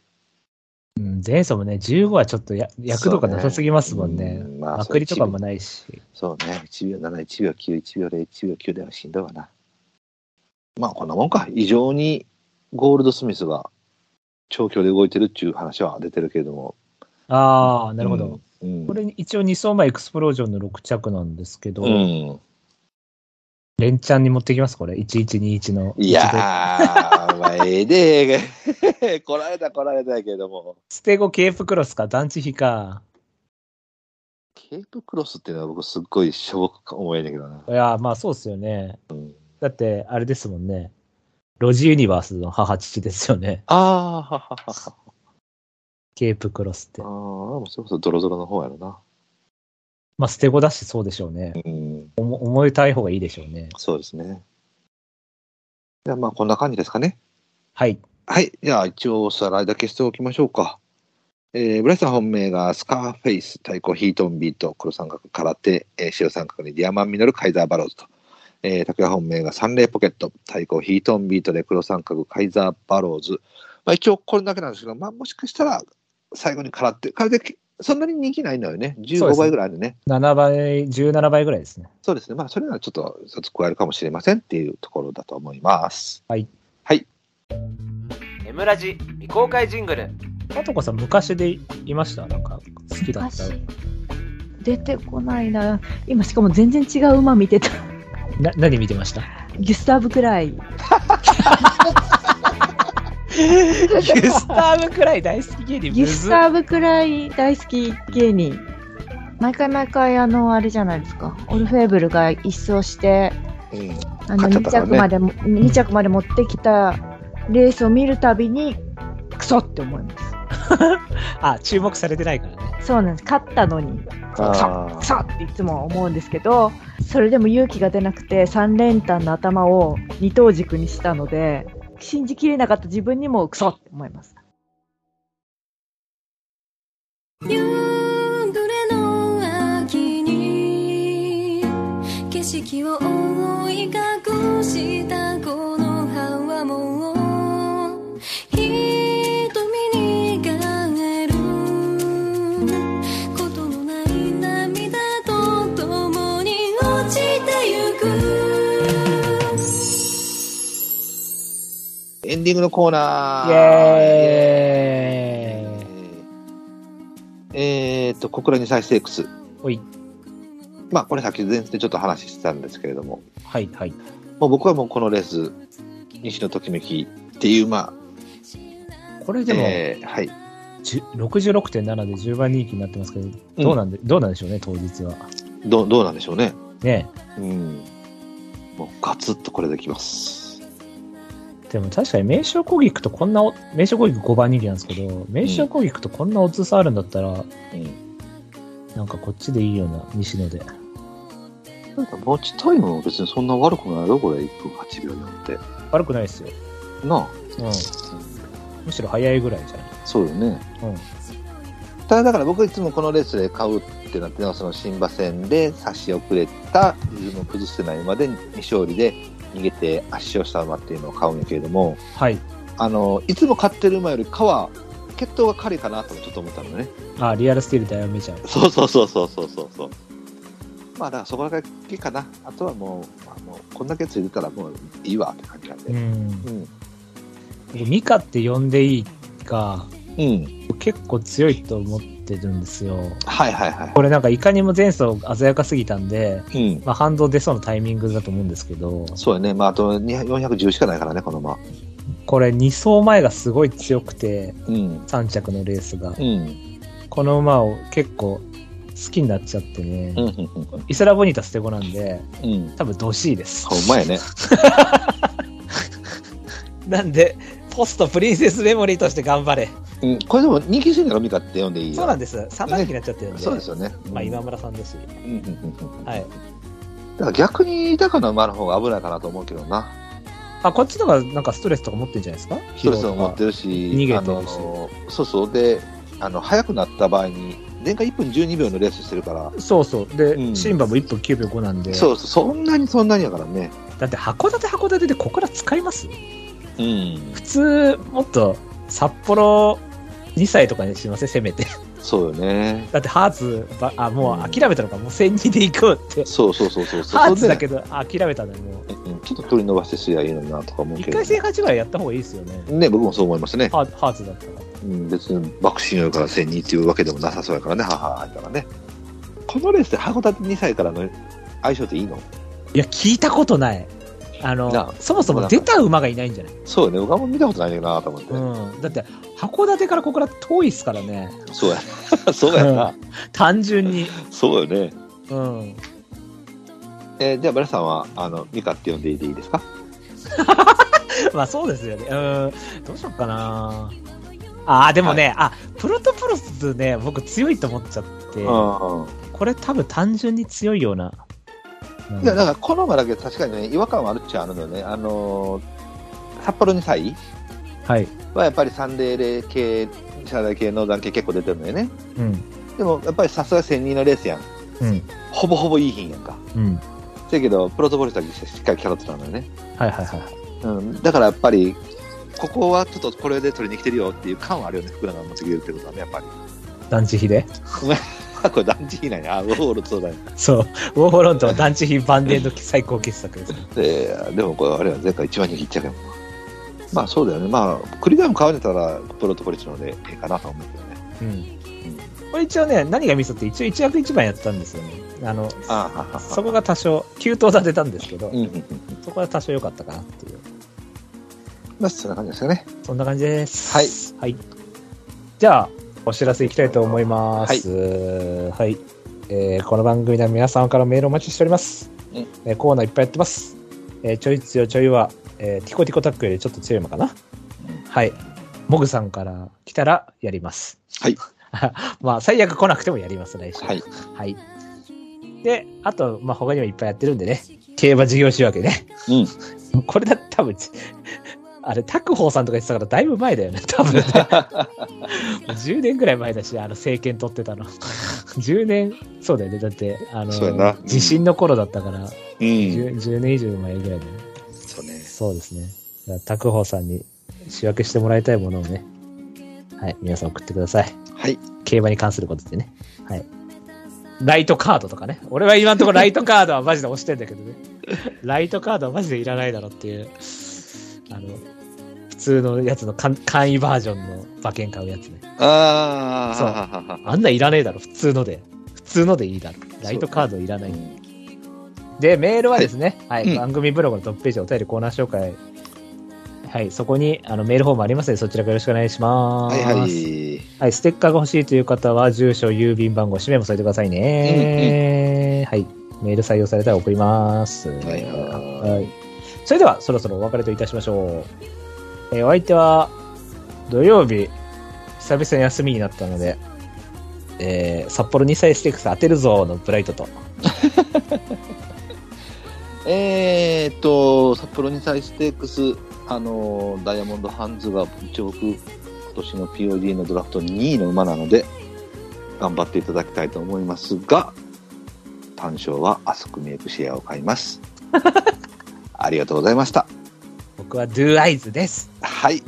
Speaker 3: うん、前走もね、15はちょっとや役とかなさすぎますもんね
Speaker 4: う。んま
Speaker 3: ま
Speaker 4: あ、
Speaker 3: くりとかもないし。
Speaker 4: そうね。1秒7、1秒9、1秒0、1秒9ではしんどいわな。まあ、こんなもんか。異常にゴールドスミスが長距離動いてるっていう話は出てるけれども。
Speaker 3: ああ、なるほど。
Speaker 4: うん。うん
Speaker 3: これ一応2層前エクスプロージョンの6着なんですけど、
Speaker 4: うん。
Speaker 3: 連チャンに持ってきますこれ。1121の。
Speaker 4: いやー、まあ、ええで、 来られた来られたやけども。
Speaker 3: 捨て子ケープクロスか、団地比か。
Speaker 4: ケープクロスっていうのは僕すっごいしょぼく思えんだけどな。
Speaker 3: いやー、まあそうっすよね。だって、あれですもんね。ロジユニバースの母父ですよね。
Speaker 4: ああ、はははは。
Speaker 3: ケープクロスって
Speaker 4: ああ、で。もそれこそドロドロの方やろな。
Speaker 3: まあ捨て子だしそうでしょうね。
Speaker 4: うん、
Speaker 3: おも思いたい方がいいでしょうね。
Speaker 4: そうですね。じゃあまあこんな感じですかね。
Speaker 3: はい。
Speaker 4: はい。じゃあ、一応おさらいだけしておきましょうか。えー、ブライさん本命が、スカーフェイス、太鼓、ヒートンビート、黒三角、空手、えー、白三角にディアマンミノル、カイザーバローズと。えー、拓也本命が、サンレイポケット、太鼓、ヒートンビートで、黒三角、カイザーバローズ。まあ、一応これだけなんですけど、まあ、もしかしたら、最後に空手。空手、そんなに人気ないのよね。
Speaker 3: そうで
Speaker 4: 15
Speaker 3: すね
Speaker 4: 倍ぐらいあるね。
Speaker 3: 7倍、17倍ぐらいですね。
Speaker 4: そうですね。まあ、それならちょっと一つ加えるかもしれませんっていうところだと思います。
Speaker 5: エムラジ未公開ジングル
Speaker 3: パトコさん昔でいましたなんか好きだった。
Speaker 6: 昔出てこないな今しかも全然違う馬見てた
Speaker 3: な、何見てました
Speaker 6: ギュスターブくらい
Speaker 3: ギュスタームくらい大好き芸人
Speaker 6: ギュスターブくらい大好き芸人毎回毎回あのあれじゃないですかオルフェーブルが一掃して
Speaker 4: うん。
Speaker 6: あの
Speaker 4: 勝っちゃったから
Speaker 6: 2着
Speaker 4: ね
Speaker 6: までも、2着まで持ってきたレースを見るたびにクソって思いま
Speaker 3: あ、注目されてないからね。
Speaker 6: すそうなんです勝ったのに
Speaker 4: あ
Speaker 6: クソっていつも思うんですけどそれでも勇気が出なくて3連単の頭を二等軸にしたので信じきれなかった自分にもクソって思います
Speaker 7: 夕暮れの秋に景色を覆い隠したこの葉はもう瞳に輝ることのない涙と共に落ちてゆく
Speaker 4: エンディングのコーナー。
Speaker 3: イエ
Speaker 4: えーっと、小倉に再生クス。
Speaker 3: ほい。
Speaker 4: まあ、これさっき前日でちょっと話してたんですけれども、
Speaker 3: はいはい。
Speaker 4: もう僕はもうこのレース、西のときめきっていう、まあ、
Speaker 3: これでも、
Speaker 4: えーはい。
Speaker 3: じゅ66.7で10番人気になってますけど、どうなんで、どうなんでしょうね、当日は。
Speaker 4: どう、どうなんでしょうね。
Speaker 3: ね
Speaker 4: うん。もうガツッとこれできます。
Speaker 3: でも確かに名称攻撃とこんなお、名称攻撃5番人気なんですけど、名称攻撃とこんなオッズ差あるんだったら、
Speaker 4: うん。
Speaker 3: なんかこっちでいいような、西野で。
Speaker 4: なんか、持ちタイムも別にそんな悪くないよ、これ。1分8秒4って。
Speaker 3: 悪くないですよ。
Speaker 4: なあ。
Speaker 3: うん。むしろ早いぐらいじゃない。
Speaker 4: そうよね。
Speaker 3: うん
Speaker 4: ただだから僕いつもこのレースで買うってなってのはその新馬戦で差し遅れたリズムを崩してない馬で未勝利で逃げて圧勝した馬っていうのを買うんやけれども
Speaker 3: はい。
Speaker 4: あのいつも買ってる馬よりかは血統が軽いかなともちょっと思ったのね
Speaker 3: あ、リアルスティールダイヤメジャー。
Speaker 4: そうそうそうそうそうそうそうまあだからそこだけかなあとはもうあのこんだけついてたらもういいわって感じなん
Speaker 3: う
Speaker 4: で
Speaker 3: ん。
Speaker 4: うん
Speaker 3: 僕ミカって呼んでいいか、
Speaker 4: うん
Speaker 3: 結構強いと思ってるんですよ。
Speaker 4: はいはいは
Speaker 3: これなんかいかにも前走鮮やかすぎたんで、
Speaker 4: いうん
Speaker 3: まあ、反動出そうなタイミングだと思うんですけど、
Speaker 4: そうよねまああと200 410しかないからねこの馬
Speaker 3: これ2走前がすごい強くて、
Speaker 4: うん
Speaker 3: 3着のレースが。
Speaker 4: うん
Speaker 3: この馬を結構好きになっちゃってね
Speaker 4: うんう。んうん
Speaker 3: イスラボニータ捨て子なんで、
Speaker 4: うん
Speaker 3: 多分ドシーです。
Speaker 4: ほんまやね。
Speaker 3: なんで、ポストプリンセスメモリーとして頑張れ。
Speaker 4: うん、これでも人気すぎるのミカって読んでいいよ。
Speaker 3: そうなんです。3番人気になっちゃってるんで。
Speaker 4: そうですよね。
Speaker 3: まあ今
Speaker 4: も。
Speaker 3: 村さんですし。
Speaker 4: うんうんうんうん
Speaker 3: はい。
Speaker 4: だから逆に豊かな馬の方が危ないかなと思うけどな。
Speaker 3: あ、こっちの方がなんかストレスとか持ってるんじゃないですか
Speaker 4: ストレスを持って
Speaker 3: る。
Speaker 4: るし、
Speaker 3: げてるし
Speaker 4: あのそうそう。で、あの、速くなった場合に、年間1分12秒のレースしてるから、
Speaker 3: そうそう。で、
Speaker 4: うん
Speaker 3: シンバも1分9秒5なんで。
Speaker 4: そうそう、そんなにそんなにやからね。
Speaker 3: だって函館函館でここら使います
Speaker 4: うん
Speaker 3: 普。通、もっと札幌2歳とかにしませんせめて。
Speaker 4: そうよね。
Speaker 3: だってハーツば、あ、もう諦めたのか、もう千人で行こうって。
Speaker 4: そうそうそうそうそう。
Speaker 3: ハーツだけ
Speaker 4: ど。
Speaker 3: ど、あ諦めたのよもう。
Speaker 4: うんちょっと取り伸ばしてすりゃいいのになとか思う
Speaker 3: 一
Speaker 4: けど
Speaker 3: 回。戦8枚やった方がいいですよね。
Speaker 4: ね、僕もそう思いますね。
Speaker 3: ハーハーツだったら。
Speaker 4: うん、別に爆心よから1000人っていうわけでもなさそうやからね、母入ったらね。このレースで函館2歳からの相性っていいの
Speaker 3: いや、聞いたことない。あ
Speaker 4: な
Speaker 3: の、そもそも出た馬がいないんじゃない
Speaker 4: そうよね、僕はも見たことないんだけどなと思って。
Speaker 3: うん。だって、函館からここから遠いっすからね。
Speaker 4: そうや。 そうやな。
Speaker 3: 単純に。
Speaker 4: そうよね。
Speaker 3: うん。
Speaker 4: えーじゃあ、皆さんは、あの、ミカって呼んでいていいですか
Speaker 3: まあそうですよね。うん。どうしよっかなああ、でもね、あ、プロトプロスね、僕強いと思っちゃって、
Speaker 4: うん。
Speaker 3: これ多分単純に強いような。うん
Speaker 4: いや、だから、この馬だけ確かにね、違和感はあるっちゃあるのよね。あのー札幌2歳
Speaker 3: はい。
Speaker 4: はやっぱり300系、車台系の団系結構出てるのよね。
Speaker 3: うん。
Speaker 4: でも、やっぱりさすが1000人のレースやん。
Speaker 3: うん。
Speaker 4: ほぼほぼいい品やんか。
Speaker 3: うん。
Speaker 4: せやけど、プロトボリスだけしっかりキャラってたのよね。
Speaker 3: はいはいはい。
Speaker 4: うん、だからやっぱり、ここはちょっとこれで取りに来てるよっていう感はあるよね、福永も次出るってことはね、やっぱり。
Speaker 3: 団地比で
Speaker 4: あ、これ団地比なんや、あウォールとそうだよ。
Speaker 3: そう。ウォーホロンと団地比バンデード最高傑作です。
Speaker 4: で、でもこれあれは前回一番人気いっちゃうけど。まあそうだよね、まあ、栗でも買われたら、プロトポリスの方でいいかなと思うけどね。
Speaker 3: うん。これ一応ね、何がミソって一応一役一番やってたんですよね。あの、
Speaker 4: ああ、はは
Speaker 3: そこが多少、急騰立てたんですけど
Speaker 4: う、んうんうん。
Speaker 3: そこは多少良かったかなっていう。
Speaker 4: まあ、そんな感じですよね。
Speaker 3: そんな感じです。はい。はい。じゃあ、お知らせいきたいと思います。はい。えーこの番組では皆さんからメールをお待ちしております。
Speaker 4: うん
Speaker 3: えーコーナーいっぱいやってます。えーちょい強ちょいは、えーティコティコタックよりちょっと強いのかな。はい。モグさんから来たらやります。
Speaker 4: はい。
Speaker 3: まあ、最悪来なくてもやります、来週。
Speaker 4: はい。
Speaker 3: はい。で、あと、まあ、他にもいっぱいやってるんでね。競馬事業仕分けね。
Speaker 4: うん。
Speaker 3: これだって多分、あれ、拓宝さんとか言ってたからだいぶ前だよね、多分ね。10年ぐらい前だし、あの、政権取ってたの。10年、そうだよね。だって、あの
Speaker 4: そうやな、
Speaker 3: 地震の頃だったから、
Speaker 4: うん。
Speaker 3: 10, 10年以上前ぐらいだよね。
Speaker 4: そうね。
Speaker 3: そうですね。だから拓宝さんに仕分けしてもらいたいものをね、はい、皆さん送ってください。
Speaker 4: はい。
Speaker 3: 競馬に関することってね。はい。ライトカードとかね。俺は今んところライトカードはマジで押してんだけどね。ライトカードはマジでいらないだろっていう。あの、普通のやつの簡簡易バージョンの馬券買うやつね。
Speaker 4: あ
Speaker 3: そう
Speaker 4: あ、
Speaker 3: あんなんいらねえだろ、普通ので。普通のでいいだろ。ライトカードいらない。で、メールはですね、はい、
Speaker 4: うん
Speaker 3: 番組ブログのトップページお便りコーナー紹介。はい、そこにあのメールフォームありますので、そちらからよろしくお願いします。
Speaker 4: はいはい。
Speaker 3: はい、ステッカーが欲しいという方は、住所、郵便番号、氏名も添えてくださいね。はい。メール採用されたら送ります。
Speaker 4: はいは
Speaker 3: はい。それでは、そろそろお別れといたしましょう。えーお相手は、土曜日、久々に休みになったので、えー札幌2歳ステークス当てるぞのブライトと、
Speaker 4: えーっと、札幌に対してクス、あのー、ダイヤモンドハンズが一応僕、今年の POD のドラフト2位の馬なので、頑張っていただきたいと思いますが、単勝はアスクメイクシェアを買います。ありがとうございました。
Speaker 3: 僕はドゥアイズです。
Speaker 4: はい。